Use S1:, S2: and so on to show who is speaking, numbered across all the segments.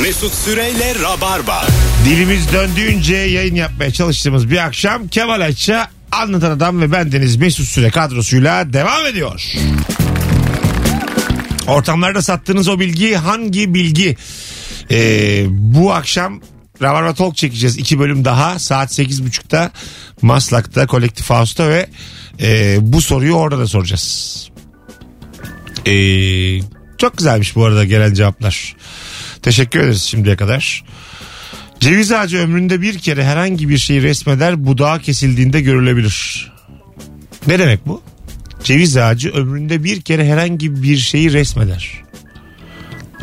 S1: Mesut Süreyle Rabarba.
S2: Dilimiz döndüğünce yayın yapmaya çalıştığımız bir akşam Kemal Ayça Anlatan Adam ve bendeniz Mesut Süre kadrosuyla devam ediyor. Ortamlarda sattığınız o bilgi hangi bilgi? Ee, bu akşam Rabarba Talk çekeceğiz. iki bölüm daha saat 8.30'da Maslak'ta Kolektif House'ta ve e, bu soruyu orada da soracağız. Ee, çok güzelmiş bu arada gelen cevaplar. Teşekkür ederiz şimdiye kadar. Ceviz ağacı ömründe bir kere herhangi bir şeyi resmeder budağı kesildiğinde görülebilir. Ne demek bu? Ceviz ağacı ömründe bir kere herhangi bir şeyi resmeder.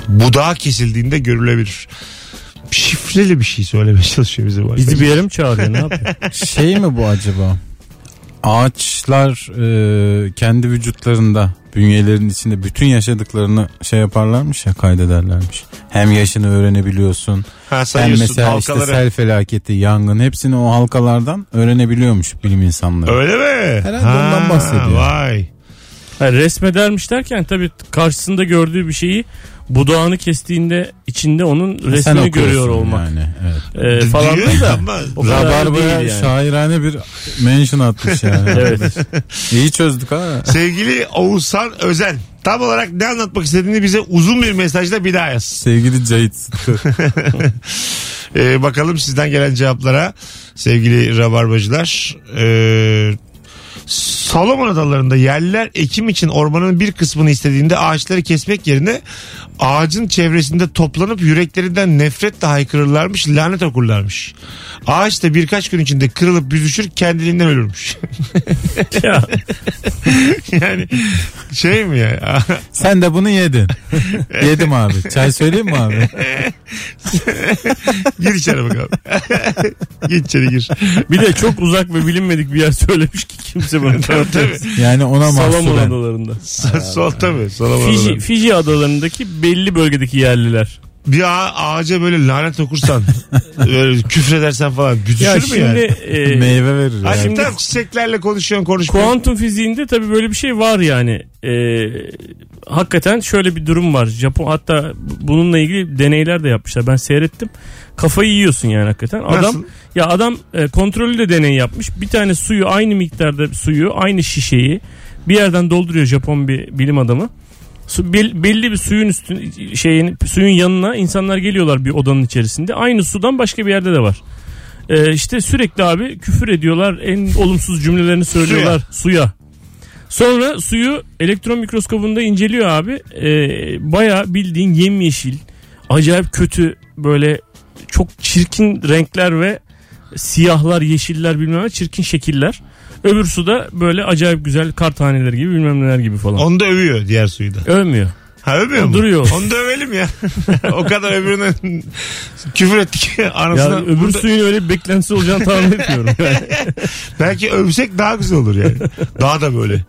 S2: Budağı kesildiğinde görülebilir. Şifreli bir şey söylemeye çalışıyor bize bu
S3: Bizi
S2: arkadaş.
S3: bir yere mi çağırıyor ne yapıyor?
S4: Şey mi bu acaba? Ağaçlar e, kendi vücutlarında bünyelerin içinde bütün yaşadıklarını şey yaparlarmış ya kaydederlermiş. Hem yaşını öğrenebiliyorsun.
S2: Ha,
S4: Hem
S2: sayıyorsun
S4: mesela
S2: halkaları.
S4: işte sel felaketi, yangın hepsini o halkalardan öğrenebiliyormuş bilim insanları.
S2: Öyle mi?
S4: Herhalde ondan bahsediyor.
S2: Vay.
S3: Ha, resmedermiş derken tabii karşısında gördüğü bir şeyi budağını kestiğinde içinde onun
S4: E Sen
S3: resmini
S4: okuyorsun
S3: görüyor olmak
S4: Yani, evet.
S3: e, falan
S2: Diyor
S3: da.
S2: ama
S3: O kadar da
S4: Rabarba'ya
S3: değil yani.
S4: şairane bir mention atmış yani.
S3: Evet.
S4: İyi çözdük ha.
S2: sevgili Oğuzhan Özen tam olarak ne anlatmak istediğini bize uzun bir mesajla bir daha yaz.
S4: Sevgili Cahit Sıtkı.
S2: Ee, bakalım sizden gelen cevaplara sevgili rabarbacılar. Ee, Salomon adalarında yerliler ekim için ormanın bir kısmını istediğinde ağaçları kesmek yerine ağacın çevresinde toplanıp yüreklerinden nefretle haykırırlarmış, lanet okurlarmış. Ağaç da birkaç gün içinde kırılıp büzüşür, kendiliğinden ölürmüş.
S3: Ya,
S2: yani şey mi ya?
S4: Sen de bunu yedin. Yedim abi. Çay söyleyeyim mi abi?
S2: gir içeri bakalım. gir içeri gir.
S3: bir de çok uzak ve bilinmedik bir yer söylemiş ki kimse bunu
S2: Tabii tabii.
S3: tanıtmıyor.
S4: Yani ona
S3: Salomon
S4: mahsuben.
S3: adalarında.
S2: Sol, sol tabii. Salomon
S3: Fiji,
S2: adaları.
S3: Fiji adalarındaki belli bölgedeki yerliler.
S2: bir ağa- ağaca böyle lanet okursan böyle küfredersen falan büzüşür
S3: Ya
S2: mü
S3: şimdi
S2: yani?
S3: e,
S4: Meyve verir.
S2: Ha
S4: Yani.
S2: şimdi tam çiçeklerle konuşuyorsun konuşmuyorsun.
S3: Kuantum fiziğinde tabii böyle bir şey var yani. Ee, hakikaten şöyle bir durum var. Japon hatta bununla ilgili deneyler de yapmışlar. Ben seyrettim. Kafayı yiyorsun yani hakikaten. Adam
S2: Nasıl?
S3: ya adam e, kontrollü de deney yapmış. Bir tane suyu aynı miktarda suyu, aynı şişeyi bir yerden dolduruyor Japon bir bilim adamı. Su, bel- belli bir suyun üstün şeyin suyun yanına insanlar geliyorlar bir odanın içerisinde. Aynı sudan başka bir yerde de var. Ee, işte sürekli abi küfür ediyorlar. En olumsuz cümlelerini söylüyorlar suya. Sonra suyu elektron mikroskobunda inceliyor abi. Ee, Baya bildiğin yemyeşil, acayip kötü böyle çok çirkin renkler ve siyahlar, yeşiller bilmem ne çirkin şekiller. Öbür suda böyle acayip güzel kar taneleri gibi bilmem neler gibi falan.
S2: Onu da övüyor diğer suyu da.
S3: Övmüyor.
S2: Ha övmüyor
S3: O
S2: mu?
S3: duruyor.
S2: Onu da övelim ya. o kadar öbürüne küfür ettik.
S3: Ya
S2: Anasına
S3: öbür suyun öyle bir beklentisi olacağını tahmin etmiyorum. Yani.
S2: Belki övsek daha güzel olur yani. Daha da böyle.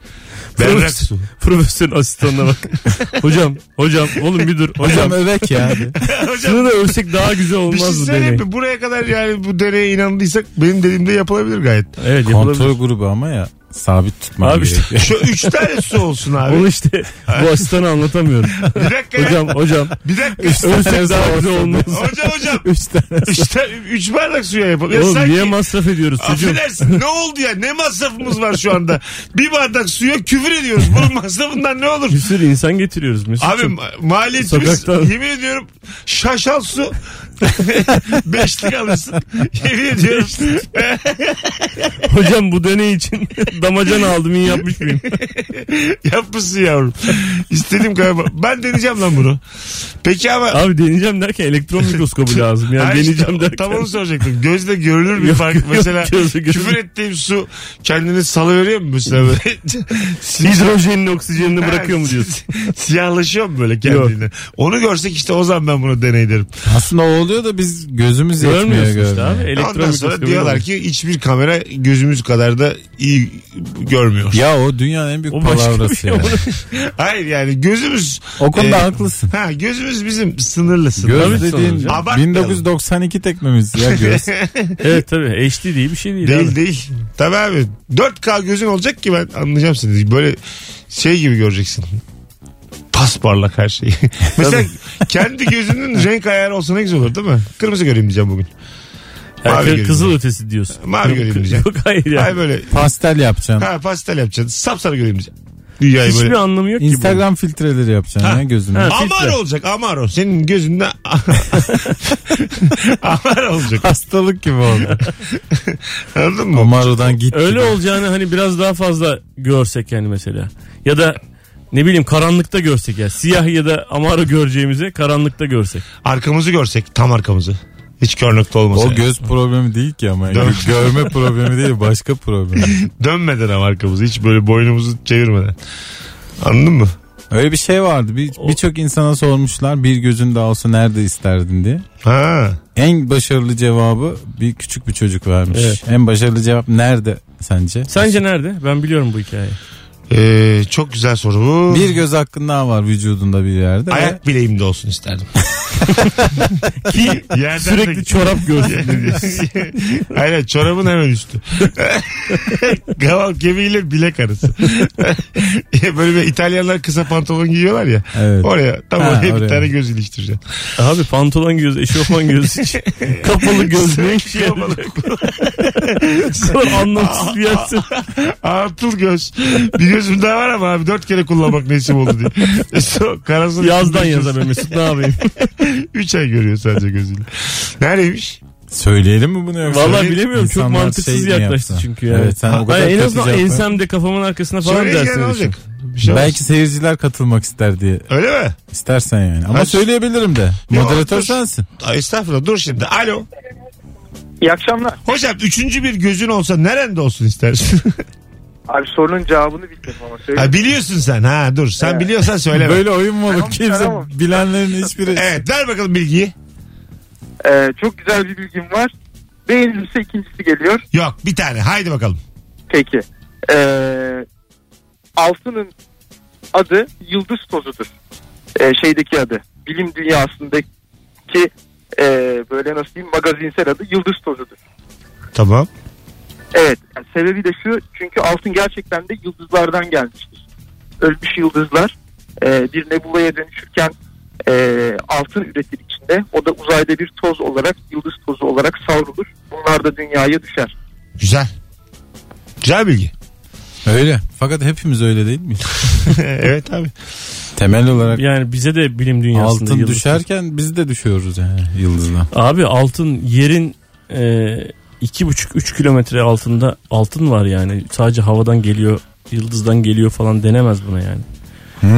S2: Berrak su.
S3: Profesörün asistanına bak. hocam, hocam, oğlum bir dur. Hocam,
S4: Hocam övek ya.
S2: Hocam
S3: şunu da övsek daha güzel
S2: bir şey
S3: olmaz mı
S2: söyleyeyim
S3: deney?
S2: mi? Buraya kadar yani bu deneye inandıysak benim dediğimde yapılabilir gayet.
S3: Evet yapılabilir.
S4: Kontrol grubu ama ya sabit tutman
S3: Abi işte-
S4: gerekiyor.
S2: Şu üç tane su olsun abi.
S3: Onu işte bu asistanı anlatamıyorum.
S2: Bir dakika ya.
S3: Hocam hocam.
S2: Bir şey dakika.
S3: Ölsek daha güzel olmaz.
S2: Hocam hocam.
S4: Üç tane.
S2: İşte üç bardak suya yapalım. Ya
S3: Oğlum
S2: sanki-
S3: niye masraf ediyoruz çocuğum?
S2: Affedersin ne oldu ya ne masrafımız var şu anda bir bardak suya küfür ediyoruz bunun masrafından ne olur
S3: Bir sürü insan getiriyoruz Mesut.
S2: Abi
S3: Çok-
S2: ma- maliyetimiz
S3: Sokakta-
S2: yemin ediyorum şaşal su beşlik alırsın yemin ediyorum
S3: hocam bu deney için damacan aldım iyi yapmış mıyım?
S2: yapmışsın yavrum istediğim kadar ben deneyeceğim lan bunu peki ama
S3: Abi deneyeceğim derken elektron mikroskobu lazım. Yani
S2: Ha işte,
S3: deneyeceğim derken.
S2: Tam onu soracaktım. Gözle görülür bir
S3: Yok,
S2: fark.
S3: yok,
S2: mesela
S3: gözle görülür.
S2: küfür ettiğim su kendini salıveriyor mu mesela böyle?
S3: Hidrojenini oksijenini bırakıyor mu diyorsun?
S2: Siyahlaşıyor mu böyle kendini? Onu görsek işte o zaman ben bunu deney derim.
S4: Aslında o oluyor da biz gözümüz yetmiyor
S3: Görmüyorsun işte
S4: görmüyor.
S3: abi. Elektron
S2: şey Ondan sonra
S3: mikroskobu.
S2: diyorlar ki hiçbir kamera gözümüz kadar da iyi görmüyor.
S4: Ya o dünyanın en büyük
S3: O başka bir
S4: palavrası
S3: şey.
S4: ya.
S3: Onu-
S2: Hayır yani gözümüz
S4: O konuda
S2: Ee,
S4: haklısın.
S2: ha gözümüz bizim sınırlı sınırlı.
S4: Göz dediğin
S2: canım. Abartmayalım.
S4: 1992 tekmemiz ya göz.
S3: evet tabii HD değil bir şey değil.
S2: Değil
S3: abi.
S2: değil. Tabii abi 4K gözün olacak ki ben anlayacağım seni. Böyle şey gibi göreceksin. Pasparlak her şeyi. Mesela kendi gözünün renk ayarı olsa ne güzel olur değil mi? Kırmızı göreyim diyeceğim bugün.
S3: Yani
S2: Mavi
S3: kı-
S2: göreyim
S3: kızıl
S2: diyeceğim.
S3: ötesi diyorsun.
S2: Mavi
S3: Yok,
S2: göreyim diyeceğim.
S3: Yok hayır ya.
S2: Ay böyle
S4: Pastel yapacaksın.
S2: ha, pastel yapacaksın. Sapsarı göreyim diyeceğim. Dünyayı
S3: Hiçbir
S2: böyle.
S3: anlamı yok ki
S4: Instagram filtreleri yapacaksın
S2: Ha.
S4: ya gözüne.
S3: Ha.
S2: Amar
S3: filtre.
S2: olacak amaro. Senin gözünde amar olacak.
S4: Hastalık gibi oldu.
S2: Anladın mı?
S4: Omaro'dan gitti.
S3: bu. Öyle olacağını hani biraz daha fazla görsek yani mesela. Ya da ne bileyim karanlıkta görsek ya. Siyah ya da amaro göreceğimizi karanlıkta görsek.
S2: Arkamızı görsek tam arkamızı. Hiç kör nokta olmasa.
S4: O
S2: ya.
S4: göz problemi değil ki ama.
S2: Değil
S4: Yani
S2: mi?
S4: görme problemi değil başka problem.
S2: Dönmeden ama arkamızı. Hiç böyle boynumuzu çevirmeden. Anladın mı?
S4: Öyle bir şey vardı. Bir-
S3: O-
S4: Birçok insana sormuşlar bir gözün daha olsa nerede isterdin diye.
S2: Ha.
S4: En başarılı cevabı bir küçük bir çocuk vermiş.
S3: Evet.
S4: En başarılı cevap nerede sence?
S3: Sence nerede? Ben biliyorum bu hikayeyi.
S2: Ee, çok güzel soru bu.
S4: Bir göz hakkın daha var vücudunda bir yerde. ve
S2: Ayak bileğimde olsun isterdim. Ki yerden de-
S3: Sürekli çorap görsün.
S2: Aynen çorabın hemen üstü. Kaval kemiğiyle bilek arası. Böyle bir İtalyanlar kısa pantolon giyiyorlar ya.
S4: Evet.
S2: Oraya tam
S4: Ha,
S2: oraya bir
S4: oraya.
S2: tane göz iliştireceksin.
S3: Abi pantolon göz, eşofman göz, kapalı göz ne
S2: Şey yapalım.
S3: Sonra anlamsız bir yersin.
S2: Artıl göz. Bir gözüm daha var ama abi dört kere kullanmak nasip oldu diye. E, So, karasını
S3: Yazdan yaza be Mesut ne yapayım?
S2: Üç ay görüyor sadece gözüyle. Neredeymiş?
S4: Söyleyelim mi bunu yoksa?
S3: Vallahi bilemiyorum çok
S4: İnsanlar
S3: mantıksız
S4: şey mi
S3: yaklaştı
S4: yapsa?
S3: çünkü yani.
S4: Evet sen o kadar
S3: Hayır, en
S4: kötü
S3: azından
S4: cevap ver.
S3: ensemde kafamın arkasına falan
S2: Söyleyince
S3: dersin.
S2: ne
S3: düşün.
S2: olacak? Bir şey olmaz.
S4: Belki seyirciler katılmak ister diye
S2: Öyle mi?
S4: istersen yani. Ama
S2: Hayır.
S4: söyleyebilirim de.
S2: Yok,
S4: Moderatör
S2: dur.
S4: sensin.
S2: Ay estağfurullah dur şimdi. Alo.
S5: İyi akşamlar.
S2: Hocam üçüncü bir gözün olsa nerede olsun istersin?
S5: Abi sorunun cevabını bilmiyorum ama söyleyeyim.
S2: ha, biliyorsun sen ha dur. Sen
S5: Evet.
S2: biliyorsan söyle.
S4: Böyle oyun mu olur?
S5: Tamam,
S4: Kimse
S5: tamam.
S4: bilenlerin hiçbiri.
S2: Evet ver bakalım bilgiyi.
S5: Ee, çok güzel bir bilgim var. Beğenilirse ikincisi geliyor.
S2: Yok bir tane haydi bakalım.
S5: Peki. Ee, altının adı yıldız tozudur. Ee, şeydeki adı. Bilim dünyasındaki e, böyle nasıl diyeyim magazinsel adı yıldız tozudur.
S2: Tamam.
S5: Evet. yani sebebi de şu. Çünkü altın gerçekten de yıldızlardan gelmiştir. Ölmüş yıldızlar e, bir nebulaya dönüşürken e, altın üretilir içinde. O da uzayda bir toz olarak yıldız tozu olarak savrulur. Bunlar da dünyaya düşer.
S2: Güzel. Güzel bilgi.
S4: Öyle. Fakat hepimiz öyle değil miyiz?
S2: evet abi.
S4: Temel olarak
S3: Yani bize de bilim dünyasında
S4: altın
S3: yıldız-
S4: düşerken biz de düşüyoruz yani yıldızla.
S3: Abi altın yerin e, iki buçuk üç kilometre altında altın var yani. Sadece havadan geliyor yıldızdan geliyor falan denemez buna yani.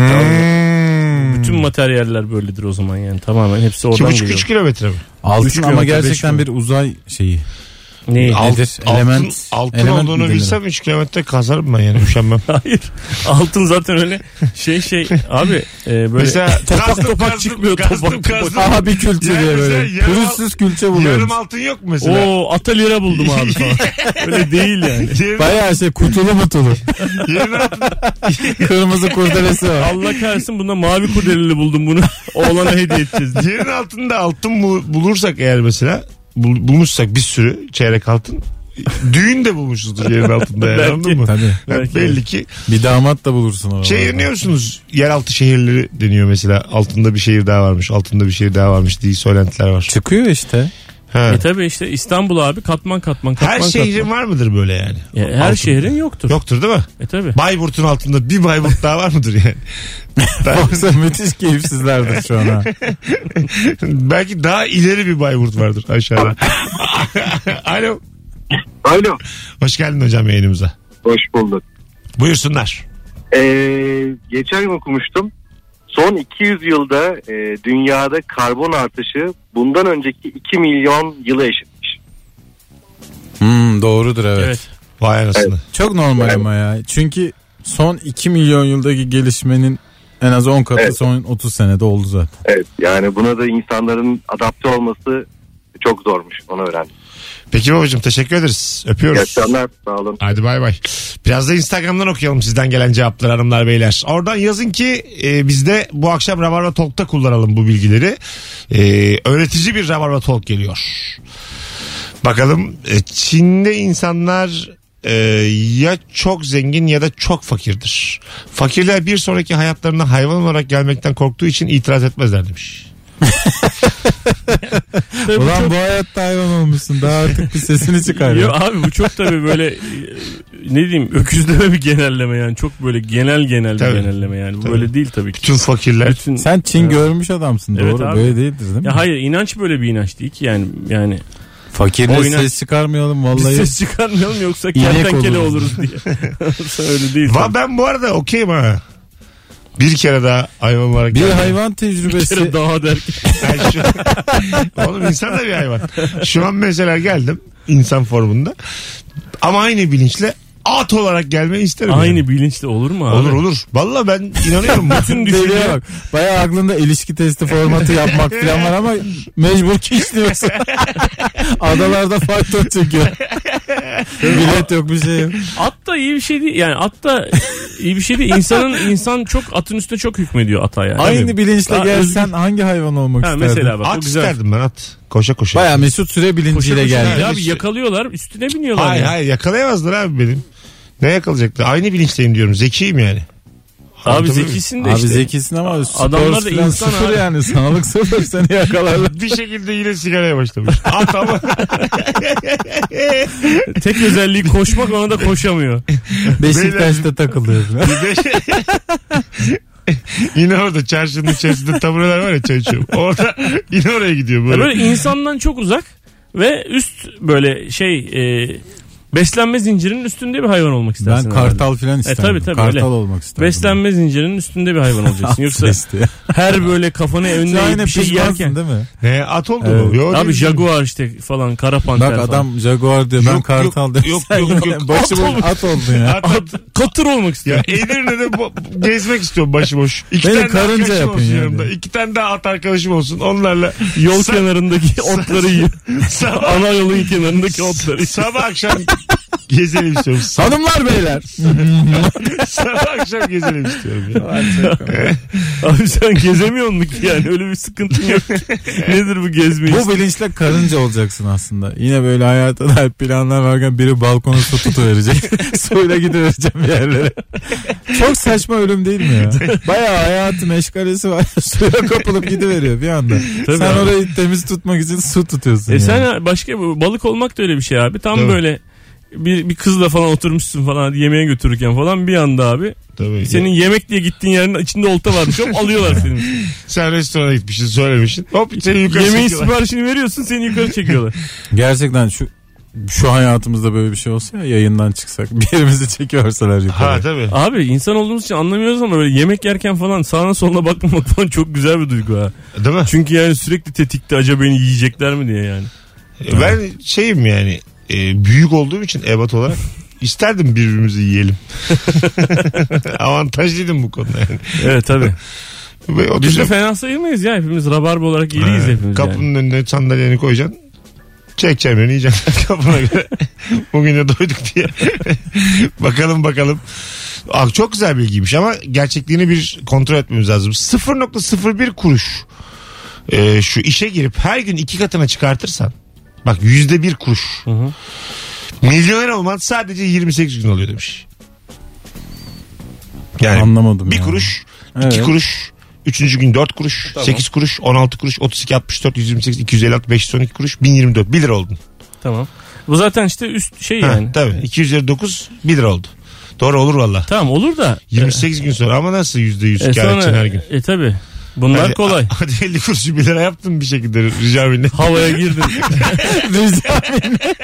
S2: Hmm.
S3: Bütün materyaller böyledir o zaman yani tamamen hepsi oradan
S2: 2,5-3
S3: geliyor.
S2: kilometre mi?
S4: Altın
S2: Üç
S4: ama
S2: kilometre, beş
S4: gerçekten bir uzay şeyi.
S3: Neyi?
S4: Al- Nedir? Element-
S2: altın,
S4: element mi
S2: olduğunu
S4: denir?
S2: bilsem 3 kilometre kazarım ben yani üşenmem.
S3: Hayır. Altın zaten öyle şey şey abi e, böyle
S2: Mesela
S3: topak
S2: kazdım,
S3: topak
S2: kazdım,
S3: çıkmıyor
S2: kazdım,
S3: topak topak.
S2: kazdım.
S4: Abi kültürü
S2: Yani
S4: diye böyle.
S2: mesela yarım
S4: Pürüzsüz külçe
S2: Yarım
S4: buluyoruz.
S2: altın yok mu mesela?
S3: Oo ata lira buldum abi falan. öyle değil yani.
S2: Yarım,
S4: Bayağı şey kutulu mutulu.
S2: yarım altın.
S4: Kırmızı kurdelesi var.
S3: Allah kahretsin bunda mavi kurdeleli buldum bunu. Oğlana hediye edeceğiz. diye.
S2: Yerin altında altın bul- bulursak eğer mesela bul- bulmuşsak bir sürü çeyrek altın düğün de bulmuşuzdur yerin altında yani
S3: Belki.
S2: anladın mı?
S4: Tabii.
S2: Yani
S3: Belki.
S2: belli ki.
S4: Bir damat da bulursun orada.
S2: Şey deniyor musunuz? Yeraltı şehirleri deniyor mesela. Altında bir şehir daha varmış. Altında bir şehir daha varmış diye söylentiler var.
S4: Çıkıyor işte.
S2: Ha.
S3: E tabi işte İstanbul abi katman katman katman
S2: Her
S3: katman.
S2: şehrin var mıdır böyle yani?
S3: Ya her
S2: Altın.
S3: şehrin yoktur.
S2: Yoktur değil mi?
S3: E tabi.
S2: Bayburt'un altında bir Bayburt daha var mıdır yani? Ben-
S4: Yoksa müthiş keyifsizlerdir şu an ha.
S2: belki daha ileri bir Bayburt vardır aşağıda. Alo.
S5: Alo.
S2: Hoş geldin hocam yayınımıza.
S5: Hoş bulduk.
S2: Buyursunlar.
S5: Ee, geçen gün okumuştum. Son 200 yılda e, dünyada karbon artışı bundan önceki 2 milyon yıla eşitmiş.
S4: Hmm, doğrudur evet.
S3: Evet.
S2: Vay anasını.
S4: Çok normal ama ya. Çünkü son 2 milyon yıldaki gelişmenin en az 10 katı
S5: Evet.
S4: son 30 senede oldu zaten.
S5: Evet yani buna da insanların adapte olması çok zormuş onu öğrendim.
S2: Peki babacığım teşekkür ederiz. Öpüyoruz.
S5: İyi akşamlar sağ olun.
S2: Hadi bay bay. Biraz da Instagram'dan okuyalım sizden gelen cevapları hanımlar beyler. Oradan yazın ki e, biz de bu akşam Rabarba Talk'ta kullanalım bu bilgileri. E, öğretici bir Rabarba Talk geliyor. Bakalım e, Çin'de insanlar e, ya çok zengin ya da çok fakirdir. Fakirler bir sonraki hayatlarına hayvan olarak gelmekten korktuğu için itiraz etmezler demiş.
S3: Tabii bu
S4: Ulan
S3: çok-
S4: bu hayatta hayvan olmuşsun. Daha artık bir sesini çıkar.
S3: Yo,
S4: ya.
S3: abi bu çok tabii böyle e, ne diyeyim öküzleme bir genelleme yani çok böyle genel genel
S2: Tabii.
S3: bir genelleme yani Bu
S2: Tabii.
S3: böyle değil tabii ki.
S2: Bütün fakirler.
S3: Bütün-
S4: Sen Çin
S3: Evet.
S4: görmüş adamsın.
S3: Evet
S4: Doğru.
S3: abi.
S4: Böyle değildir değil mi?
S3: Ya hayır inanç böyle bir inanç değil ki yani yani
S4: Fakirle
S3: O inanç-
S4: ses çıkarmayalım
S3: biz
S4: vallahi.
S3: ses çıkarmayalım yoksa
S4: İnek
S3: kertenkele
S4: oluruz.
S3: oluruz diye. Yoksa öyle değil.
S2: Va ben bu arada okeyim ha. Bir kere daha hayvan olarak
S4: Bir
S2: gelmek.
S4: hayvan tecrübesi.
S3: Kere daha der ki
S2: Ben şu... Oğlum insan da bir hayvan. Şu an mesela geldim insan formunda. Ama aynı bilinçle at olarak gelmeyi isterim. yani.
S3: aynı bilinçle olur mu abi?
S2: Olur olur. Valla ben inanıyorum. Bütün
S3: düşünce-
S4: Deliye bak. Bayağı aklında ilişki testi formatı yapmak falan var ama mecbur kişniyorsun. Adalarda faktör çekiyor. Bilet yok bir şey yok.
S3: At da iyi bir şey değil. Yani at da iyi bir şey değil. İnsanın insan çok atın üstüne çok hükmediyor ata yani.
S4: Aynı bilinçle
S3: Daha
S4: gelsen hangi hayvan olmak
S3: Ha,
S4: isterdin?
S3: mesela bak o
S2: at
S3: güzel.
S2: isterdim ben at. Koşa koşa.
S4: Bayağı mesut süre
S3: Koşa
S4: bilinciyle
S3: koşa
S4: geldi.
S3: Ya abi yakalıyorlar üstüne biniyorlar.
S2: Hayır
S3: ya.
S2: hayır yakalayamazlar abi benim. Ne yakalayacaklar? Aynı bilinçteyim diyorum. Zekiyim yani.
S3: Abi
S2: Anlatabiliyor
S3: zekisin de
S4: Abi
S3: işte.
S4: zekisin ama
S3: adamlar
S4: adamlar
S3: da
S4: falan
S3: insan
S4: sıfır
S3: abi.
S4: yani sağlık sıfır seni yakalarlar.
S2: muyum? Bir şekilde yine sigaraya başlamış. At ama.
S3: Tek özelliği koşmak ona da koşamıyor.
S4: Beşiktaş'ta takılıyor. falan.
S2: yine orada çarşının içerisinde tabureler var ya çay içiyorum. Orada yine oraya gidiyor
S3: Ya
S2: böyle.
S3: böyle insandan çok uzak ve üst böyle şey e, beslenme zincirinin üstünde bir hayvan olmak
S4: ben
S3: istersin. herhalde. E,
S4: kartal falan isterdim.
S3: tabii, tabii,
S4: kartal
S3: öyle.
S4: olmak isterdim.
S3: Beslenme zincirinin üstünde bir hayvan olacaksın. Yoksa
S4: Yoksa
S3: her böyle kafana önüne eğip
S4: Aynı
S3: bir şey yerken.
S4: değil mi?
S2: Ne at oldu
S4: Evet.
S2: mu? Yo,
S3: Abi
S2: değil.
S3: jaguar işte falan kara panter
S4: Bak
S3: falan.
S4: adam jaguar diyor ben
S2: Yok,
S4: kartal
S2: yok,
S4: diyor.
S2: yok, yok, yok.
S4: Başı
S2: At olmuş.
S4: boş at oldun ya.
S2: At, at.
S3: Katır olmak istiyor.
S2: Ya Edirne'de bo- gezmek istiyorum başıboş. İki
S4: Beni
S2: tane de
S4: karınca
S2: arkadaşım
S4: yapın
S2: olsun
S4: yani.
S2: yanımda. İki tane daha at arkadaşım olsun. Onlarla
S3: Yol kenarındaki otları yiyor.
S2: sabah,
S3: Ana yolun kenarındaki otları yiyor.
S2: sabah akşam gezelim istiyorum. Sabah,
S4: Hanımlar beyler.
S2: sabah akşam gezelim istiyorum. ya.
S3: Abi sen gezemiyor musun ki yani öyle bir sıkıntın yok. ki. Nedir bu gezme
S4: Bu bilinçle karınca olacaksın aslında. Yine böyle hayata dair planlar varken biri balkona su tutuverecek. Suyla gidivereceğim bir yerlere. Çok saçma ölüm değil mi ya? Bayağı hayatı meşgalesi var. Suya kapılıp gidiveriyor bir anda.
S3: Tabii
S4: Sen
S3: abi.
S4: orayı temiz tutmak için su tutuyorsun.
S3: E
S4: yani.
S3: sen başka bu- balık olmak da öyle bir şey abi. Tam
S2: Tabii.
S3: böyle bir, bir kızla falan oturmuşsun falan hadi yemeğe götürürken falan bir anda abi
S2: Tabii.
S3: senin yemek diye gittiğin yerin içinde olta varmış hop alıyorlar seni.
S2: Sen restorana gitmişsin söylemişsin. Hop seni yukarı
S3: Yemeğin
S2: çekiyorlar.
S3: siparişini veriyorsun seni yukarı çekiyorlar.
S4: Gerçekten şu şu hayatımızda böyle bir şey olsa ya yayından çıksak bir yerimizi çekiyorsalar
S2: Ha
S4: yukarı.
S2: tabii.
S3: abi insan olduğumuz için anlamıyoruz ama böyle yemek yerken falan sağına soluna bakmamak falan çok güzel bir duygu ha.
S2: Değil mi?
S3: Çünkü yani sürekli tetikte acaba beni yiyecekler mi diye yani.
S2: E, Ben şeyim yani e, büyük olduğum için ebat olarak isterdim birbirimizi yiyelim. Avantajlıydım bu konuda yani.
S3: Evet tabii.
S2: Ve
S3: Biz de
S2: oturacağım.
S3: fena sayılmayız ya hepimiz rabarba olarak iyiyiz
S2: Ha,
S3: hepimiz
S2: Kapının
S3: yani.
S2: önüne sandalyeni koyacaksın. Çekeceğim beni yiyeceksin kapına göre. Bugün de doyduk diye. bakalım bakalım. Ah, çok güzel bilgiymiş ama gerçekliğini bir kontrol etmemiz lazım. 0.01 kuruş. Ee, şu işe girip her gün iki katına çıkartırsan. Bak yüzde bir kuruş.
S3: hı.
S2: Milyoner olman sadece 28 gün oluyor demiş. Yani
S4: Anlamadım
S2: bir
S3: Hmm.
S4: yani.
S2: kuruş, iki
S4: Evet.
S2: kuruş, üçüncü gün dört
S3: E,
S2: kuruş, sekiz kuruş, on altı kuruş, otuz iki, altmış dört, yüz yirmi sekiz, iki yüz elli altı, beş yüz on iki kuruş, bin yirmi dört. Bir lira oldun.
S3: Tamam. Bu zaten işte üst şey yani.
S2: Ha, tabii. İki yüz elli dokuz, bir lira oldu. Doğru olur valla.
S3: Tamam olur da.
S2: 28 gün sonra ama nasıl yüzde yüz
S3: E,
S2: kar edeceksin
S3: sonra,
S2: her gün?
S3: e tabi. Bunlar
S2: Hadi-
S3: kolay.
S2: Hadi 50 kuruşu bir lira yaptın bir şekilde rica minnet.
S3: Havaya girdin.
S4: rica minnet.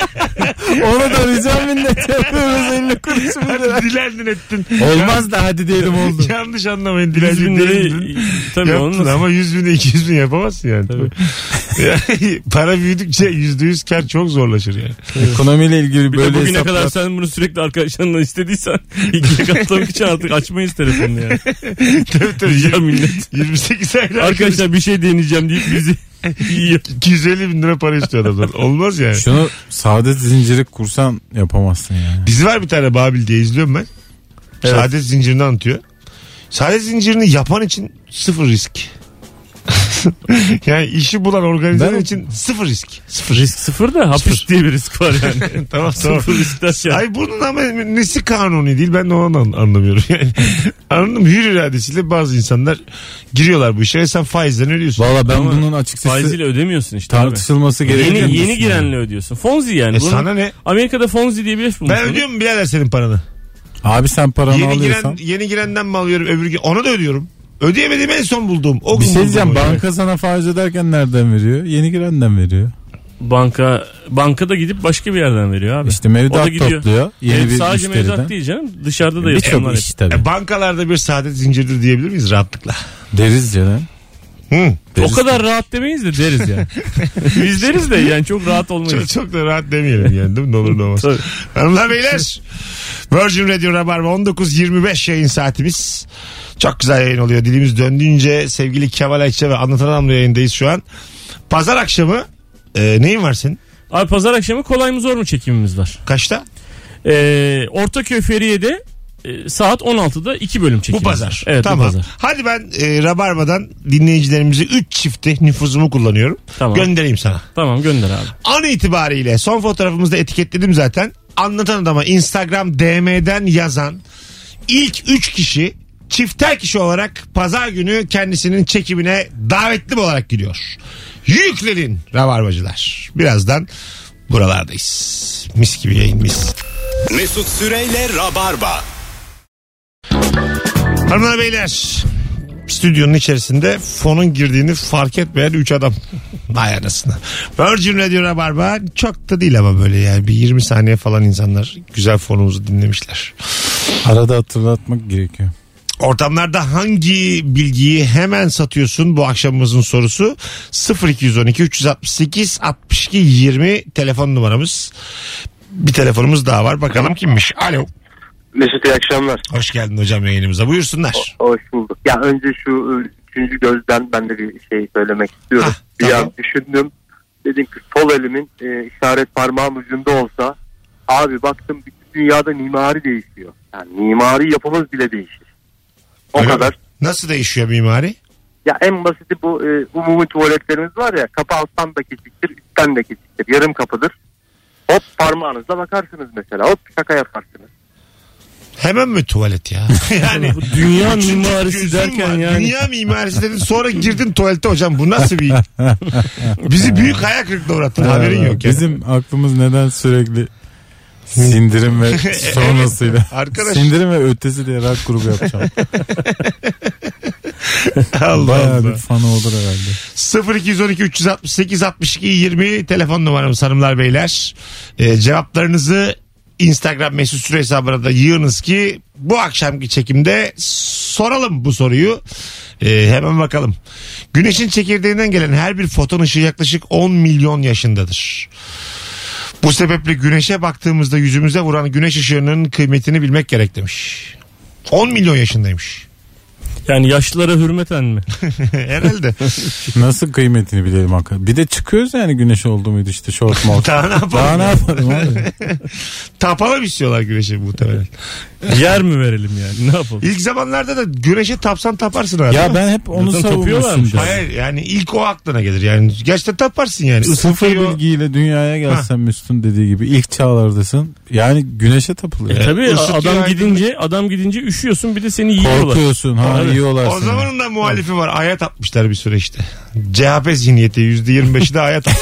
S4: Onu da rica minnet yapıyoruz 50 kuruş bir lira.
S2: Hadi dilendin ettin.
S4: Olmaz da hadi diyelim oldu.
S2: Yanlış anlamayın
S3: 100
S2: dilendin ettin.
S3: bin lirayı tabii onun
S2: Yaptın
S3: nasıl-
S2: ama 100 bin 200 bin yapamazsın yani. yani para büyüdükçe yüzde yüz kar çok zorlaşır yani.
S4: Ekonomiyle ilgili
S3: Bir de
S4: böyle
S3: bugüne
S4: hesaplar.
S3: kadar sen bunu sürekli arkadaşlarından istediysen ikiye katlamak için artık açmayız telefonunu yani.
S2: tabii tabii.
S3: Ya
S2: Yirmi-
S3: millet.
S2: 28 aylar.
S3: Arkadaşlar bir şey deneyeceğim deyip bizi yiyor.
S2: 250 bin lira para istiyor adamlar. Olmaz yani.
S4: Şunu saadet zinciri kursan yapamazsın yani.
S2: Dizi var bir tane Babil diye izliyorum ben.
S3: Evet.
S2: Saadet zincirini anlatıyor. Saadet zincirini yapan için sıfır risk. yani işi bulan organizasyon
S4: Ben-
S2: için sıfır risk. Sıfır risk.
S3: Risk sıfır da hapis diye bir risk var yani.
S2: Tamam tamam.
S3: sıfır riskten aşağı.
S2: Ay bunun ama nesi kanuni değil ben de onu an- anlamıyorum. Yani, anladım hür iradesiyle bazı insanlar giriyorlar bu işe ve sen faizden ölüyorsun.
S4: Valla ben
S3: Ama
S4: bunun açıkçası
S3: Faiziyle ödemiyorsun işte abi.
S4: tartışılması gerekiyor.
S3: Yeni, yeni girenle ödüyorsun. Fonzi yani.
S2: E
S3: Bunun-
S2: sana ne?
S3: Amerika'da Fonzi diye bir herif bulmuş.
S2: Ben ödüyorum birader senin paranı.
S4: Abi sen paranı
S2: yeni
S4: alıyorsan.
S2: giren yeni girenden mi alıyorum öbür gün ona da ödüyorum. Ödeyemediğim en son bulduğum. O
S4: Bir
S2: gün
S4: şey diyeceğim
S2: bulduğum o
S4: banka sana faiz öderken nereden veriyor? Yeni girenden veriyor.
S3: Banka bankada gidip başka bir yerden veriyor abi.
S4: İşte
S3: O da
S4: mevduat
S3: gidiyor.
S4: topluyor. Yeni
S3: Ev
S4: bir
S3: sadece mevzuat
S4: müşteriden.
S3: değil canım. Dışarıda da
S4: Birçok
S3: yapanlar.
S4: iş tabii.
S2: E, bankalarda bir saadet zincirdir diyebilir miyiz rahatlıkla?
S4: Deriz ya lan.
S2: Hı.
S3: O
S4: Deriz.
S3: kadar rahat demeyiz de deriz yani. Biz deriz de yani çok rahat
S2: Çok,
S3: olmayız.
S2: çok da rahat demeyelim yani değil mi? Ne olur ne olmaz.
S3: Tabii.
S2: Hanımlar beyler Virgin Radio Rabarba 19.25 yayın saatimiz. Çok güzel yayın oluyor. Dilimiz döndüğünce sevgili Kemal Ayça ve Anlatan Adam'la yayındayız şu an. Pazar akşamı e, neyin var senin?
S3: Abi pazar akşamı kolay mı zor mu çekimimiz var.
S2: Kaçta?
S3: Ee, Ortaköy Feriye'de e, saat 16'da 2 bölüm
S2: Bu
S3: çekimimiz
S2: pazar.
S3: var. Evet
S2: tamam.
S3: bu pazar.
S2: Hadi ben e, Rabarba'dan dinleyicilerimizi 3 çifti nüfuzumu kullanıyorum.
S3: Tamam.
S2: Göndereyim sana.
S3: Tamam gönder abi.
S2: An itibariyle son fotoğrafımızda etiketledim zaten. Anlatan adama Instagram DM'den yazan ilk 3 kişi çifter kişi olarak pazar günü kendisinin çekimine davetli olarak gidiyor. Yüklenin rabarbacılar. Birazdan buralardayız. Mis gibi yayın mis.
S1: Mesut Süreyle Rabarba.
S2: Hanımlar beyler stüdyonun içerisinde fonun girdiğini fark etmeyen 3 adam. Vay anasını. Virgin Radio Rabarba çok da değil ama böyle yani bir 20 saniye falan insanlar güzel fonumuzu dinlemişler.
S4: Arada hatırlatmak gerekiyor.
S2: Ortamlarda hangi bilgiyi hemen satıyorsun bu akşamımızın sorusu 0212 368 62 20 telefon numaramız. Bir telefonumuz daha var bakalım kimmiş. Alo.
S5: Mesut iyi akşamlar.
S2: Hoş geldin hocam yayınımıza buyursunlar.
S5: Hoş bulduk. Ya önce şu e, üçüncü gözden ben de bir şey söylemek istiyorum.
S2: Hah,
S5: bir
S2: tamam.
S5: an düşündüm. Dedim ki sol elimin e, işaret parmağım ucunda olsa abi baktım bütün dünyada mimari değişiyor. Yani mimari yapımız bile değişir. O
S2: Öyle mi?
S5: kadar.
S2: Nasıl değişiyor mimari?
S5: Ya en basiti bu e, umumi tuvaletlerimiz var ya kapı alttan da kesiktir üstten de kesiktir yarım kapıdır. Hop parmağınızla bakarsınız mesela hop şaka yaparsınız.
S2: Hemen mi tuvalet ya? yani
S3: Bu dünya
S2: Üçüncü
S3: mimarisi
S2: gözüm
S3: derken
S2: var.
S3: yani.
S2: Dünya mimarisi dedin sonra girdin tuvalete hocam bu nasıl bir... Bizi büyük hayal kırıklığına uğrattın haberin
S4: Ya,
S2: yok ya.
S4: Bizim aklımız neden sürekli sindirim ve sonrasıyla.
S2: Arkadaş.
S4: Sindirim ve ötesi diye rock grubu yapacağım.
S2: Allah
S4: Bayağı
S2: Allah.
S4: bir fanı olur herhalde.
S2: 0212 368 62 20 telefon numaramız hanımlar beyler. Ee, cevaplarınızı Instagram mesut süre hesabına da yığınız ki bu akşamki çekimde soralım bu soruyu. Ee, hemen bakalım. Güneşin çekirdeğinden gelen her bir foton ışığı yaklaşık 10 milyon yaşındadır. Bu sebeple güneşe baktığımızda yüzümüze vuran güneş ışığının kıymetini bilmek gerek demiş. 10 milyon yaşındaymış.
S3: Yani yaşlılara hürmeten mi?
S2: Herhalde.
S4: Nasıl kıymetini bilelim hakikaten. Bir de çıkıyoruz yani güneş oldu muydu işte şort mort.
S2: Daha ne yapalım?
S4: Daha ne yapalım abi?
S2: Tapalım istiyorlar güneşe muhtemelen.
S3: Yer mi verelim yani? Ne yapalım?
S2: İlk zamanlarda da güneşe tapsan taparsın abi.
S4: ya ben hep onu
S3: Zaten
S4: savunmuşum.
S3: topuyorlarmış.
S4: canım.
S2: Hayır yani ilk o aklına gelir yani. Gerçekten taparsın yani.
S4: Sıfır
S2: Isıtıyor.
S4: bilgiyle dünyaya gelsen Müslüm dediği gibi ilk çağlardasın. Yani güneşe tapılıyor.
S2: Evet.
S3: Tabii
S2: Isıtıyor
S3: adam
S2: aydınlık.
S3: gidince adam gidince üşüyorsun bir de seni yiyorlar.
S4: Korkuyorsun ha
S3: Tabii.
S4: yiyorlar
S2: O
S4: seni.
S2: zamanın da muhalifi var. Aya tapmışlar bir süre işte. CHP zihniyeti %25'i de aya tapmış.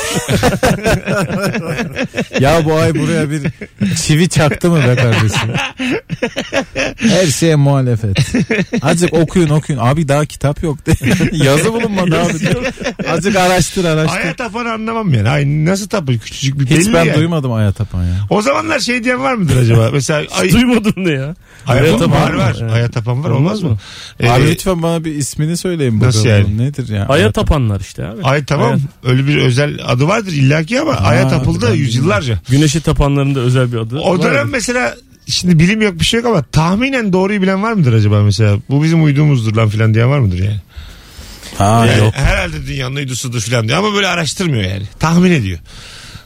S4: Ya bu ay buraya bir çivi çaktı mı be kardeşim? Her şeye muhalefet. Azıcık okuyun okuyun. Abi daha kitap yok. Yazı bulunmadı abi. Azıcık araştır
S2: aya
S4: araştır.
S2: tapanı anlamam yani. Ay nasıl tapıyor küçücük bir belli
S4: Hiç ben
S2: yani.
S4: duymadım Aya Tapan ya.
S2: O zamanlar şey diyen var mıdır acaba? Mesela ay,
S3: Duymadın da ya.
S2: aya tapan var. var.
S3: Evet.
S2: Aya tapan var
S3: Olmaz
S2: olmaz mı?
S3: mı?
S4: Abi
S2: Ee,
S4: lütfen bana bir ismini söyleyin
S2: Nasıl
S4: bakalım.
S2: yani?
S4: Nedir ya?
S3: Aya tapanlar işte abi.
S2: Ay tamam öyle bir özel adı vardır illaki ama aya tapıldı
S4: ben
S2: yüzyıllarca.
S3: Güneşe tapanların da özel bir adı.
S2: O
S3: var
S2: dönem
S3: abi.
S2: mesela şimdi bilim yok bir şey yok ama tahminen doğruyu bilen var mıdır acaba mesela? Bu bizim uyduğumuzdur lan filan diyen var mıdır yani?
S4: Ha
S2: yani
S4: yok.
S2: Herhalde dünyanın uydusudur filan diyor ama böyle araştırmıyor yani. Tahmin ediyor.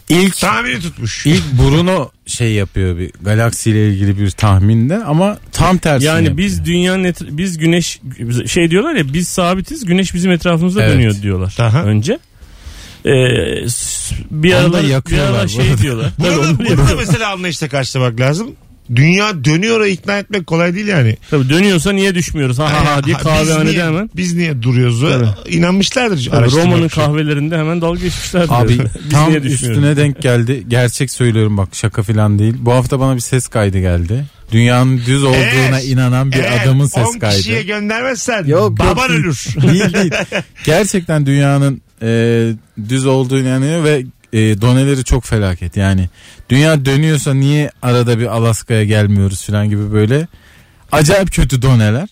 S4: İlk
S2: Tahmini tutmuş.
S4: ilk Bruno şey yapıyor bir galaksiyle ilgili bir tahminde ama tam tersi.
S3: Yani biz dünyanın etr- biz güneş şey diyorlar ya biz sabitiz güneş bizim etrafımızda
S4: Evet.
S3: dönüyor diyorlar
S2: Aha.
S3: önce. Ee, s- bir
S4: Onu da
S3: aralar, bir
S4: yakıyorlar
S3: aralar
S4: bu
S3: şey
S4: arada.
S3: diyorlar. Tabii,
S2: Burada,
S3: onu
S2: burada
S3: yakıyorlar.
S2: mesela anlayışla karşılamak lazım. Dünya dönüyor'a ikna etmek kolay değil yani.
S3: Tabii dönüyorsa niye düşmüyoruz ha ha ha diye
S2: biz niye,
S3: kahvehanede hemen.
S2: Biz niye duruyoruz? İnanmışlardır.
S3: Tabii
S2: araştırmak
S3: Roma'nın
S2: için.
S3: kahvelerinde hemen dalga geçmişler.
S4: Abi
S3: diyor. Biz
S4: tam
S3: niye düşmüyoruz?
S4: üstüne denk geldi. Gerçek söylüyorum bak şaka falan değil. Bu hafta bana bir ses kaydı geldi. Dünyanın düz olduğuna
S2: Eğer-
S4: inanan bir
S2: Eğer
S4: adamın ses
S2: 10
S4: kaydı.
S2: kişiye göndermezsen
S4: Yok, yok,
S2: baban
S4: değil.
S2: ölür.
S4: değil değil. Gerçekten dünyanın e, düz olduğu inanıyor ve e, doneleri çok felaket. Yani dünya dönüyorsa niye arada bir Alaska'ya gelmiyoruz falan gibi böyle acayip kötü doneler.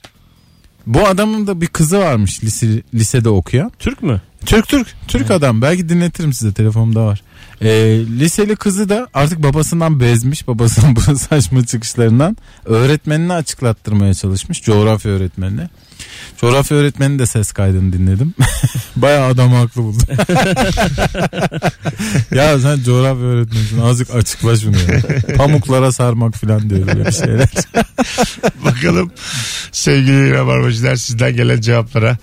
S4: Bu adamın da bir kızı varmış lise, lisede okuyan.
S3: Türk mü?
S4: Türk Türk. Türk adam. Belki dinletirim size telefonumda var. Ee, liseli kızı da artık babasından bezmiş. Babasının bu saçma çıkışlarından öğretmenini açıklattırmaya çalışmış. Coğrafya öğretmenine. Coğrafya öğretmeni de ses kaydını dinledim. Bayağı adamı haklı buldum. ya sen coğrafya öğretmenisin. Azıcık açıkla şunu ya. Pamuklara sarmak falan diyor böyle bir şeyler.
S2: Bakalım sevgili Rabarbacılar sizden gelen cevaplara.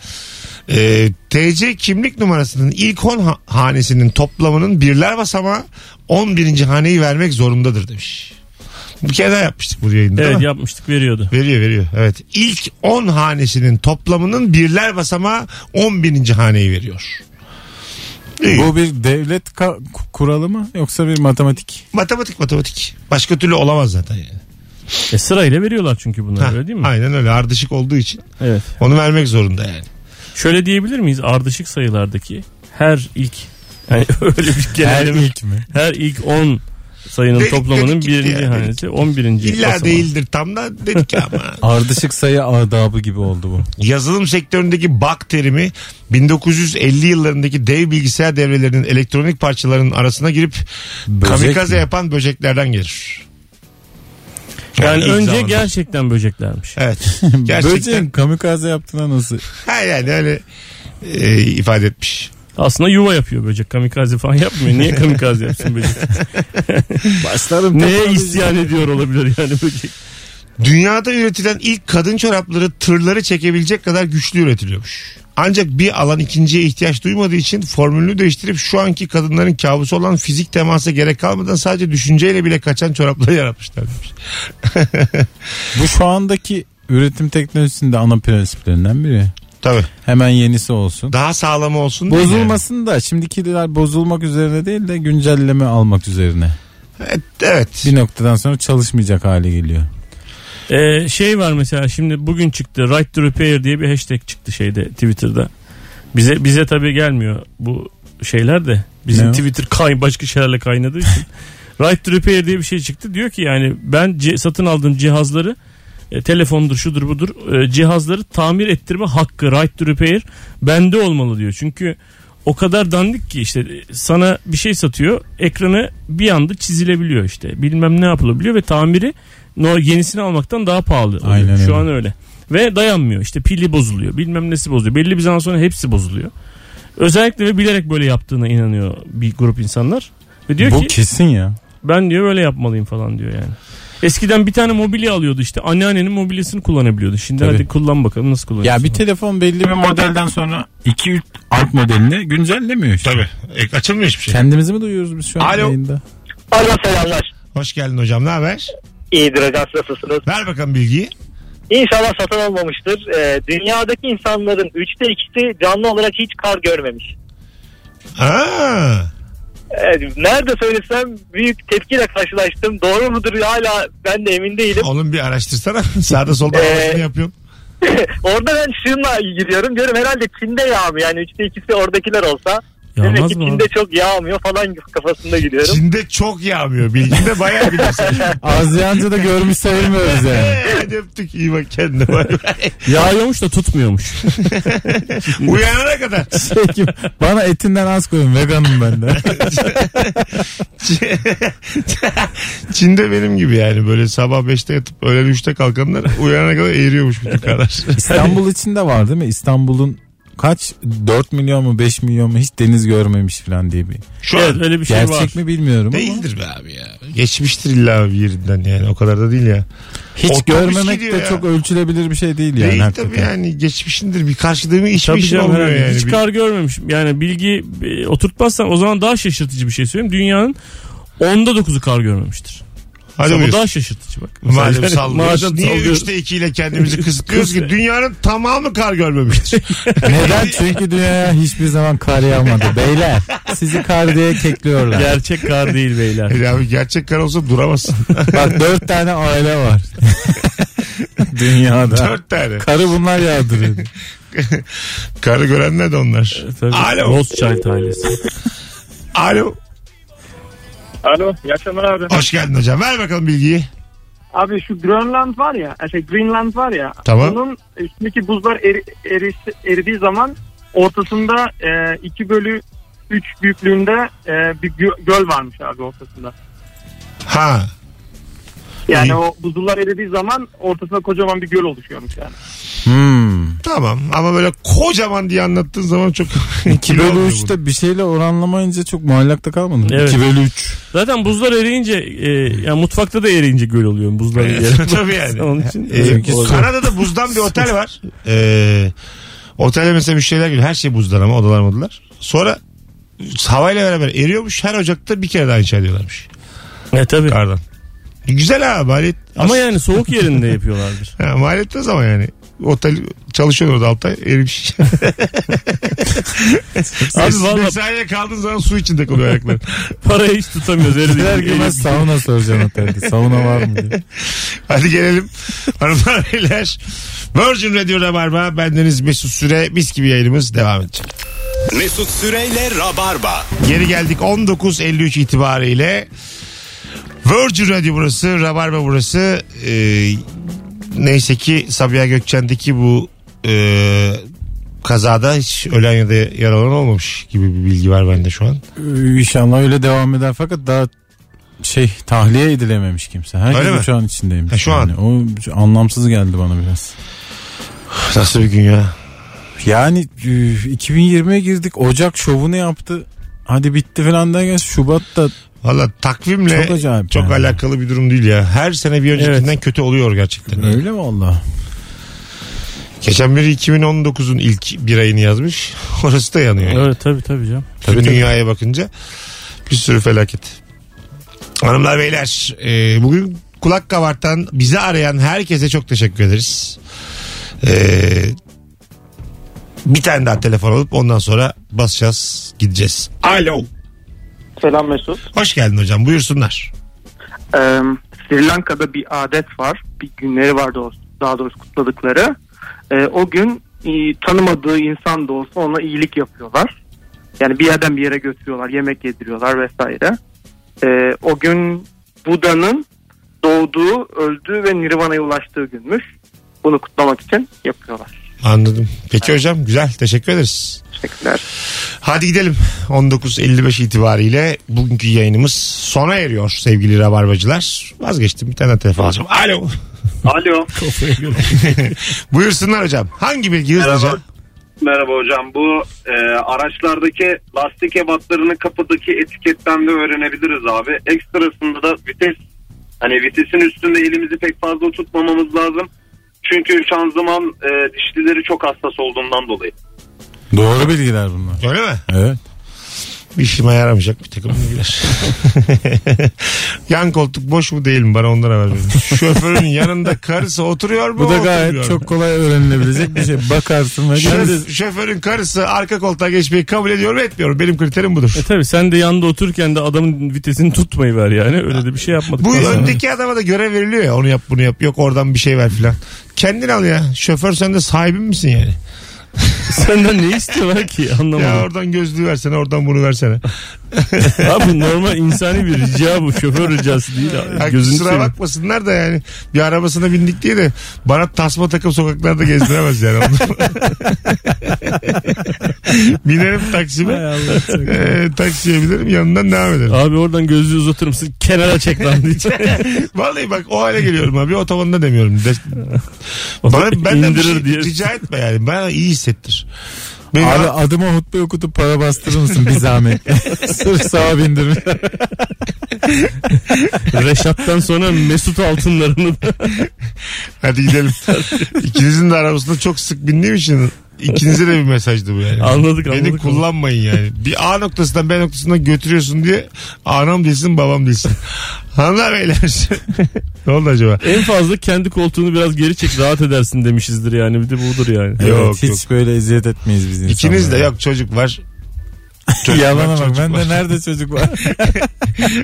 S2: Ee, TC kimlik numarasının ilk 10 ha- hanesinin toplamının birler basamağı 11. haneyi vermek zorundadır demiş. Bir kere daha yapmıştık bu yayında değil
S3: Evet
S2: mi?
S3: yapmıştık veriyordu.
S2: Veriyor veriyor evet. İlk 10 hanesinin toplamının birler basamağı 11. haneyi veriyor. İyi.
S4: Bu bir devlet ka- kuralı mı yoksa bir matematik?
S2: Matematik matematik. Başka türlü olamaz zaten yani.
S3: E, sırayla veriyorlar çünkü bunlar
S2: Ha,
S3: öyle değil mi?
S2: Aynen öyle ardışık olduğu için
S3: Evet.
S2: onu vermek zorunda yani.
S3: Şöyle diyebilir miyiz ardışık sayılardaki her ilk yani öyle bir
S4: Her
S3: genelleme
S4: ilk mi?
S3: Her ilk 10 sayının
S2: Dedik,
S3: toplamının
S2: dedik gitti
S3: birinci
S2: ya,
S3: hanesi 11.
S2: İlla
S3: basamağı.
S2: değildir tam da dedik ya ama.
S4: Ardışık sayı adabı gibi oldu bu.
S2: Yazılım sektöründeki bak terimi 1950 yıllarındaki dev bilgisayar devrelerinin elektronik parçalarının arasına girip
S4: Böcek
S2: kamikaze
S4: mi?
S2: yapan böceklerden gelir.
S3: Yani
S2: ilk
S3: önce
S2: zamanda.
S3: gerçekten böceklermiş.
S2: Evet.
S4: Böceğin
S2: Gerçekten.
S4: kamikaze yaptığına nasıl?
S2: ha yani öyle e, ifade etmiş.
S3: Aslında yuva yapıyor böcek. Kamikaze falan yapmıyor. Niye kamikaze yapsın böcek?
S4: Başlarım.
S3: Neye isyan ediyor olabilir yani böcek?
S2: Dünyada üretilen ilk kadın çorapları tırları çekebilecek kadar güçlü üretiliyormuş. Ancak bir alan ikinciye ihtiyaç duymadığı için formülünü değiştirip şu anki kadınların kabusu olan fizik temasa gerek kalmadan sadece düşünceyle bile kaçan çorapları yaratmışlar. demiş.
S4: Bu şu andaki üretim teknolojisinin de ana prensiplerinden biri.
S2: Tabii.
S4: Hemen yenisi olsun.
S2: Daha sağlamı olsun. diye
S4: Bozulmasın da şimdikiler bozulmak üzerine değil de güncelleme almak üzerine.
S2: yani. Evet. evet.
S4: Bir noktadan sonra çalışmayacak hale geliyor.
S3: Ee, şey var mesela şimdi bugün çıktı. Right to repair diye bir hashtag çıktı şeyde Twitter'da. Bize bize tabii gelmiyor bu şeyler de. Bizim
S4: Ne o?
S3: Twitter kay başka şeylerle kaynadığı için. right to repair diye bir şey çıktı. Diyor ki yani ben ce- satın aldığım cihazları e, telefondur şudur budur e, cihazları tamir ettirme hakkı right to repair bende olmalı diyor. Çünkü o kadar dandik ki işte e, sana bir şey satıyor ekranı bir anda çizilebiliyor işte bilmem ne yapılabiliyor ve tamiri no, yenisini almaktan daha pahalı oluyor.
S4: Aynen öyle.
S3: şu an öyle ve dayanmıyor işte pili bozuluyor bilmem nesi bozuluyor belli bir zaman sonra hepsi bozuluyor özellikle ve bilerek böyle yaptığına inanıyor bir grup insanlar ve diyor
S4: bu
S3: ki
S4: kesin ya.
S3: ben diyor böyle yapmalıyım falan diyor yani. Eskiden bir tane mobilya alıyordu işte anneannenin mobilyasını kullanabiliyordu. Şimdi
S4: Tabii.
S3: hadi kullan bakalım nasıl
S4: Ya
S3: kullanıyorsun.
S4: bir telefon belli bir modelden sonra 2-3 alt modelini güncellemiyor. işte.
S2: Tabii. E, açılmıyor hiçbir şey.
S4: Kendimizi mi duyuyoruz biz şu an
S2: Alo.
S4: yayında?
S5: Alo selamlar.
S2: Hoş geldin hocam. Ne haber?
S5: İyidir hocam siz nasılsınız?
S2: Ver bakalım bilgiyi.
S5: İnşallah satın olmamıştır. Ee, dünyadaki insanların üçte ikisi canlı olarak hiç kar görmemiş.
S2: Aa,
S5: Ee, nerede söylesem büyük tepkiyle karşılaştım. Doğru mudur hala ben de emin değilim.
S2: oğlum bir araştırsana. Sağda solda
S5: Ee,
S2: ee... yapıyorum.
S5: Orada ben şunla gidiyorum. Diyorum herhalde Çin'de yağmıyor. Yani üçte ikisi oradakiler olsa. Demek
S3: Yağmaz
S5: ki
S3: mı?
S5: Çin'de çok yağmıyor falan kafasında gidiyorum.
S2: Çin'de çok yağmıyor. Bilginde bayağı biliyorsun.
S4: Azyancı da görmüş sayılmıyoruz yani.
S2: Ee, Hadi öptük. İyi bak kendine. Bay bay.
S3: Yağıyormuş da tutmuyormuş.
S2: Uyanana kadar.
S4: Şey gibi, bana etinden az koyun veganım ben de.
S2: Çin'de benim gibi yani böyle sabah 5'te yatıp öğlen 3'te kalkanlar uyanana kadar eğiriyormuş bütün kadar.
S4: İstanbul için de var değil mi? İstanbul'un kaç 4 milyon mu 5 milyon mu hiç deniz görmemiş falan diye bir.
S2: Şu
S3: evet
S2: an
S3: öyle bir şey
S4: Gerçek
S3: var.
S4: mi bilmiyorum ama
S2: değildir be abi ya. Geçmiştir illa bir yerinden yani o kadar da değil ya.
S4: hiç
S2: Otobüs
S4: görmemek de
S2: gidiyor ya.
S4: çok ölçülebilir bir şey değil yani.
S2: değil tabii
S4: hakikaten.
S2: yani geçmişindir bir karşıda bir
S3: Tabii
S2: içmişin
S3: canım,
S2: olmuyor
S3: herhalde.
S2: yani.
S3: Hiç
S2: Bir-
S3: kar görmemiş. Yani bilgi e, oturtmazsan o zaman daha şaşırtıcı bir şey söyleyeyim. Dünyanın onda dokuzu kar görmemiştir.
S2: Hadi
S3: Mesela bu
S2: buyur.
S3: daha şaşırtıcı bak. Mesela
S2: Madem
S3: yani
S2: sallıyoruz.
S3: madem
S2: Niye
S3: sallıyoruz.
S2: üçte ikiyle kendimizi kısıtlıyoruz ki? Dünyanın tamamı kar görmemiştir.
S4: Neden? Çünkü dünyaya hiçbir zaman kar yağmadı. Beyler sizi kar diye kekliyorlar.
S3: Gerçek kar değil beyler.
S2: Yani abi gerçek kar olsa duramazsın.
S4: Bak dört tane aile var. Dünyada.
S2: Dört tane.
S4: Karı bunlar yağdırıyor.
S2: Karı görenler de onlar.
S3: Tabii.
S2: Alo.
S3: Rothschild ailesi.
S2: Alo.
S6: Alo, iyi akşamlar abi.
S2: Hoş geldin hocam. Ver bakalım bilgiyi.
S6: Abi şu Grönland var ya, e, şey Greenland var ya.
S2: Tamam.
S6: Onun üstündeki buzlar eri, erisi- eridiği zaman ortasında 2 bölü 3 büyüklüğünde e, bir gö- göl varmış abi ortasında.
S2: Ha. İyi.
S6: Yani o buzullar eridiği zaman ortasında kocaman bir göl oluşuyormuş yani.
S4: Hmm.
S2: Tamam ama böyle kocaman diye anlattığın zaman çok
S4: 2
S2: kilo
S4: bölü
S2: alıyor
S4: 3 de bir şeyle oranlamayınca çok muallakta kalmadı. mı?
S3: Evet.
S4: 2 bölü 3.
S3: Zaten buzlar eriyince e, yani mutfakta da eriyince göl oluyor buzlar
S2: Evet,
S3: eriyince.
S2: tabii yani.
S3: Onun için.
S2: Ee,
S4: Çünkü
S2: bu-
S4: su-
S2: Kanada'da buzdan bir otel var. Ee, otelde mesela müşteriler geliyor. Her şey buzdan ama odalar modalar. Sonra havayla beraber eriyormuş. Her ocakta bir kere daha inşa ediyorlarmış.
S3: E, tabii.
S2: Kardan. Güzel ha maliyet.
S3: Ama yani soğuk yerinde yapıyorlardır.
S2: Ha, maliyet ne zaman yani? Otel çalışıyor orada altta erimiş. Abi
S3: Abi valla-
S2: Mesaiye kaldığın zaman su içinde kalıyor ayakların.
S3: Parayı hiç tutamıyoruz
S4: Her
S3: eridiği.
S4: gün sauna soracağım otelde. Sauna var mı diye.
S2: Hadi gelelim. Hanımlar beyler. Virgin Radio Rabarba. Bendeniz Mesut Süre. Mis gibi yayınımız devam edecek.
S1: Mesut Süreyle Rabarba.
S2: Geri geldik 19.53 itibariyle. Virgin Radio burası, Rabarba burası. Ee, neyse ki Sabiha Gökçen'deki bu e, kazada hiç ölen ya da yaralanan olmamış gibi bir bilgi var bende şu an.
S4: Ee, İnşallah öyle devam eder fakat daha şey tahliye edilememiş kimse. Herkes
S2: Öyle mi?
S4: uçağın içindeymiş.
S2: Ha, şu an.
S4: O anlamsız geldi bana biraz.
S2: Nasıl bir gün ya?
S4: Yani e, 2020'ye girdik. Ocak şovunu yaptı. Hadi bitti falan derken Şubat'ta
S2: Valla takvimle
S4: Çok
S2: çok,
S4: acayip yani.
S2: alakalı bir durum değil ya. Her sene bir öncekinden kötü oluyor gerçekten.
S4: öyle mi Allah?
S2: Geçen biri 2019'un ilk bir ayını yazmış. Orası da yanıyor.
S3: Evet tabii tabii canım.
S2: Tabii dünyaya bakınca bir sürü felaket. Hanımlar beyler e, bugün kulak kabartan bizi arayan herkese çok teşekkür ederiz. E, bir tane daha telefon alıp ondan sonra basacağız gideceğiz. Alo.
S5: Selam Mesut.
S2: Hoş geldin hocam buyursunlar.
S5: Ee, Sri Lanka'da bir adet var. Bir günleri var doğrusu, daha doğrusu kutladıkları. Ee, o gün e, tanımadığı insan da olsa ona iyilik yapıyorlar. Yani bir yerden bir yere götürüyorlar, yemek yediriyorlar vesaire. Ee, o gün Buda'nın doğduğu, öldüğü ve Nirvana'ya ulaştığı günmüş. Bunu kutlamak için yapıyorlar.
S2: Anladım. Peki hocam güzel teşekkür ederiz.
S5: Teşekkürler.
S2: Hadi gidelim. 19.55 itibariyle bugünkü yayınımız sona eriyor sevgili rabarbacılar. Vazgeçtim bir tane daha telefon alacağım. Alo.
S7: Alo.
S2: Buyursunlar hocam. Hangi bilgi hızlıca?
S7: Merhaba. Merhaba hocam. Bu e, araçlardaki lastik ebatlarını kapıdaki etiketten de öğrenebiliriz abi. Ekstrasında da vites hani vitesin üstünde elimizi pek fazla tutmamamız lazım. Çünkü şanzıman e, dişlileri çok hassas olduğundan dolayı.
S4: Doğru bilgiler bunlar.
S2: Öyle mi?
S4: Evet.
S2: Bir işime yaramayacak bir takım bilgiler. Yan koltuk boş mu değil mi bana ondan haber verin. Şoförün yanında karısı oturuyor mu?
S4: Bu da gayet
S2: oturmuyor mu?
S4: çok kolay öğrenilebilecek bir şey. Bakarsın ve
S2: Şoför- şoförün karısı arka koltuğa geçmeyi kabul ediyor mu etmiyor mu? Benim kriterim budur.
S3: E tabii sen de yanında otururken de adamın vitesini tutmayı ver yani. Öyle de bir şey yapmadık.
S2: Bu
S3: Vallahi.
S2: öndeki adama da görev veriliyor ya onu yap bunu yap yok oradan bir şey ver filan. Kendin al ya şoför sen de sahibin misin yani?
S3: Senden ne istiyorlar ki
S2: Ya
S3: anlamadım.
S2: oradan gözlüğü versene oradan bunu versene.
S3: Abi normal insani bir rica bu. Şoför ricası değil.
S2: Ya
S3: Abi. Gözünü
S2: kusura
S3: seveyim.
S2: bakmasınlar da yani bir arabasına bindik diye de bana tasma takıp sokaklarda gezdiremez yani. Binerim taksime. E, taksiye binerim yanından devam ederim.
S3: Abi oradan gözlüğü uzatır mısın? Kenara çek lan diyeceğim.
S2: Vallahi bak o hale geliyorum abi otobanda demiyorum. De, bana, benden bir şey
S3: İndirir diye.
S2: rica etme yani bana iyi hissettir. Beni
S4: Abi adıma hutbe okutup para bastırır mısın bir zahmet? Sırf sağa bindirme.
S3: Reşat'tan sonra Mesut altınlarını da
S2: Hadi gidelim. İkinizin de arabasında çok sık bindiğim için ikinize de bir mesajdı bu yani.
S3: Anladık,
S2: Beni
S3: anladık.
S2: kullanmayın yani. Bir A noktasından B noktasına götürüyorsun diye anam değilsin babam değilsin. Hanımlar beyler. ne oldu acaba?
S3: en fazla kendi koltuğunu biraz geri çek rahat edersin demişizdir yani. Bir de budur yani.
S4: Evet,
S2: Yok,
S4: hiç böyle eziyet etmeyiz biz insanlara.
S2: İkiniz de yok çocuk var. Çocuk var,
S4: Yalana bak.
S2: çocuk
S4: Ben
S2: var.
S4: de nerede çocuk var?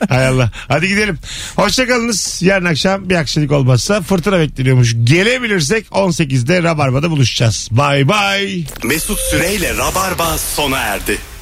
S2: Hay Allah. Hadi gidelim. Hoşçakalınız. Yarın akşam bir aksilik olmazsa fırtına bekleniyormuş. Gelebilirsek 18'de Rabarba'da buluşacağız. Bay bay.
S1: Mesut Süreyle Rabarba sona erdi.